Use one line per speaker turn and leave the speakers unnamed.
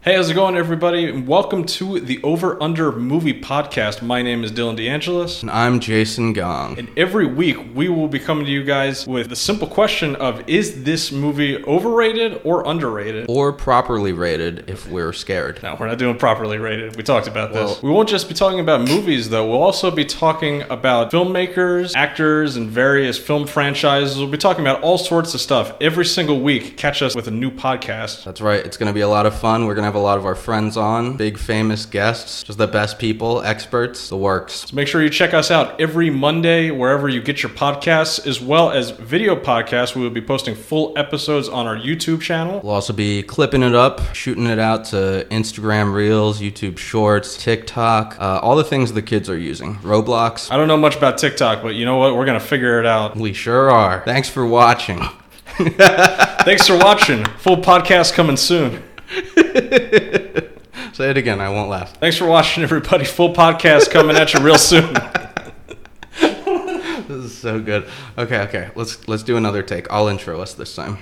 Hey, how's it going, everybody? And Welcome to the Over Under Movie Podcast. My name is Dylan DeAngelis.
And I'm Jason Gong.
And every week, we will be coming to you guys with the simple question of is this movie overrated or underrated?
Or properly rated if we're scared.
No, we're not doing properly rated. We talked about this. We won't just be talking about movies, though. We'll also be talking about filmmakers, actors, and various film franchises. We'll be talking about all sorts of stuff every single week. Catch us with a new podcast.
That's right, it's gonna be a lot of fun. We're gonna have a lot of our friends on, big famous guests, just the best people, experts, the works.
So make sure you check us out every Monday wherever you get your podcasts, as well as video podcasts. We will be posting full episodes on our YouTube channel.
We'll also be clipping it up, shooting it out to Instagram Reels, YouTube Shorts, TikTok, uh, all the things the kids are using. Roblox,
I don't know much about TikTok, but you know what? We're going to figure it out.
we sure are. Thanks for watching.
Thanks for watching. Full podcast coming soon.
Say it again, I won't laugh.
Thanks for watching, everybody. Full podcast coming at you real soon.
This is so good. Okay, okay, let's let's do another take. I'll intro us this time.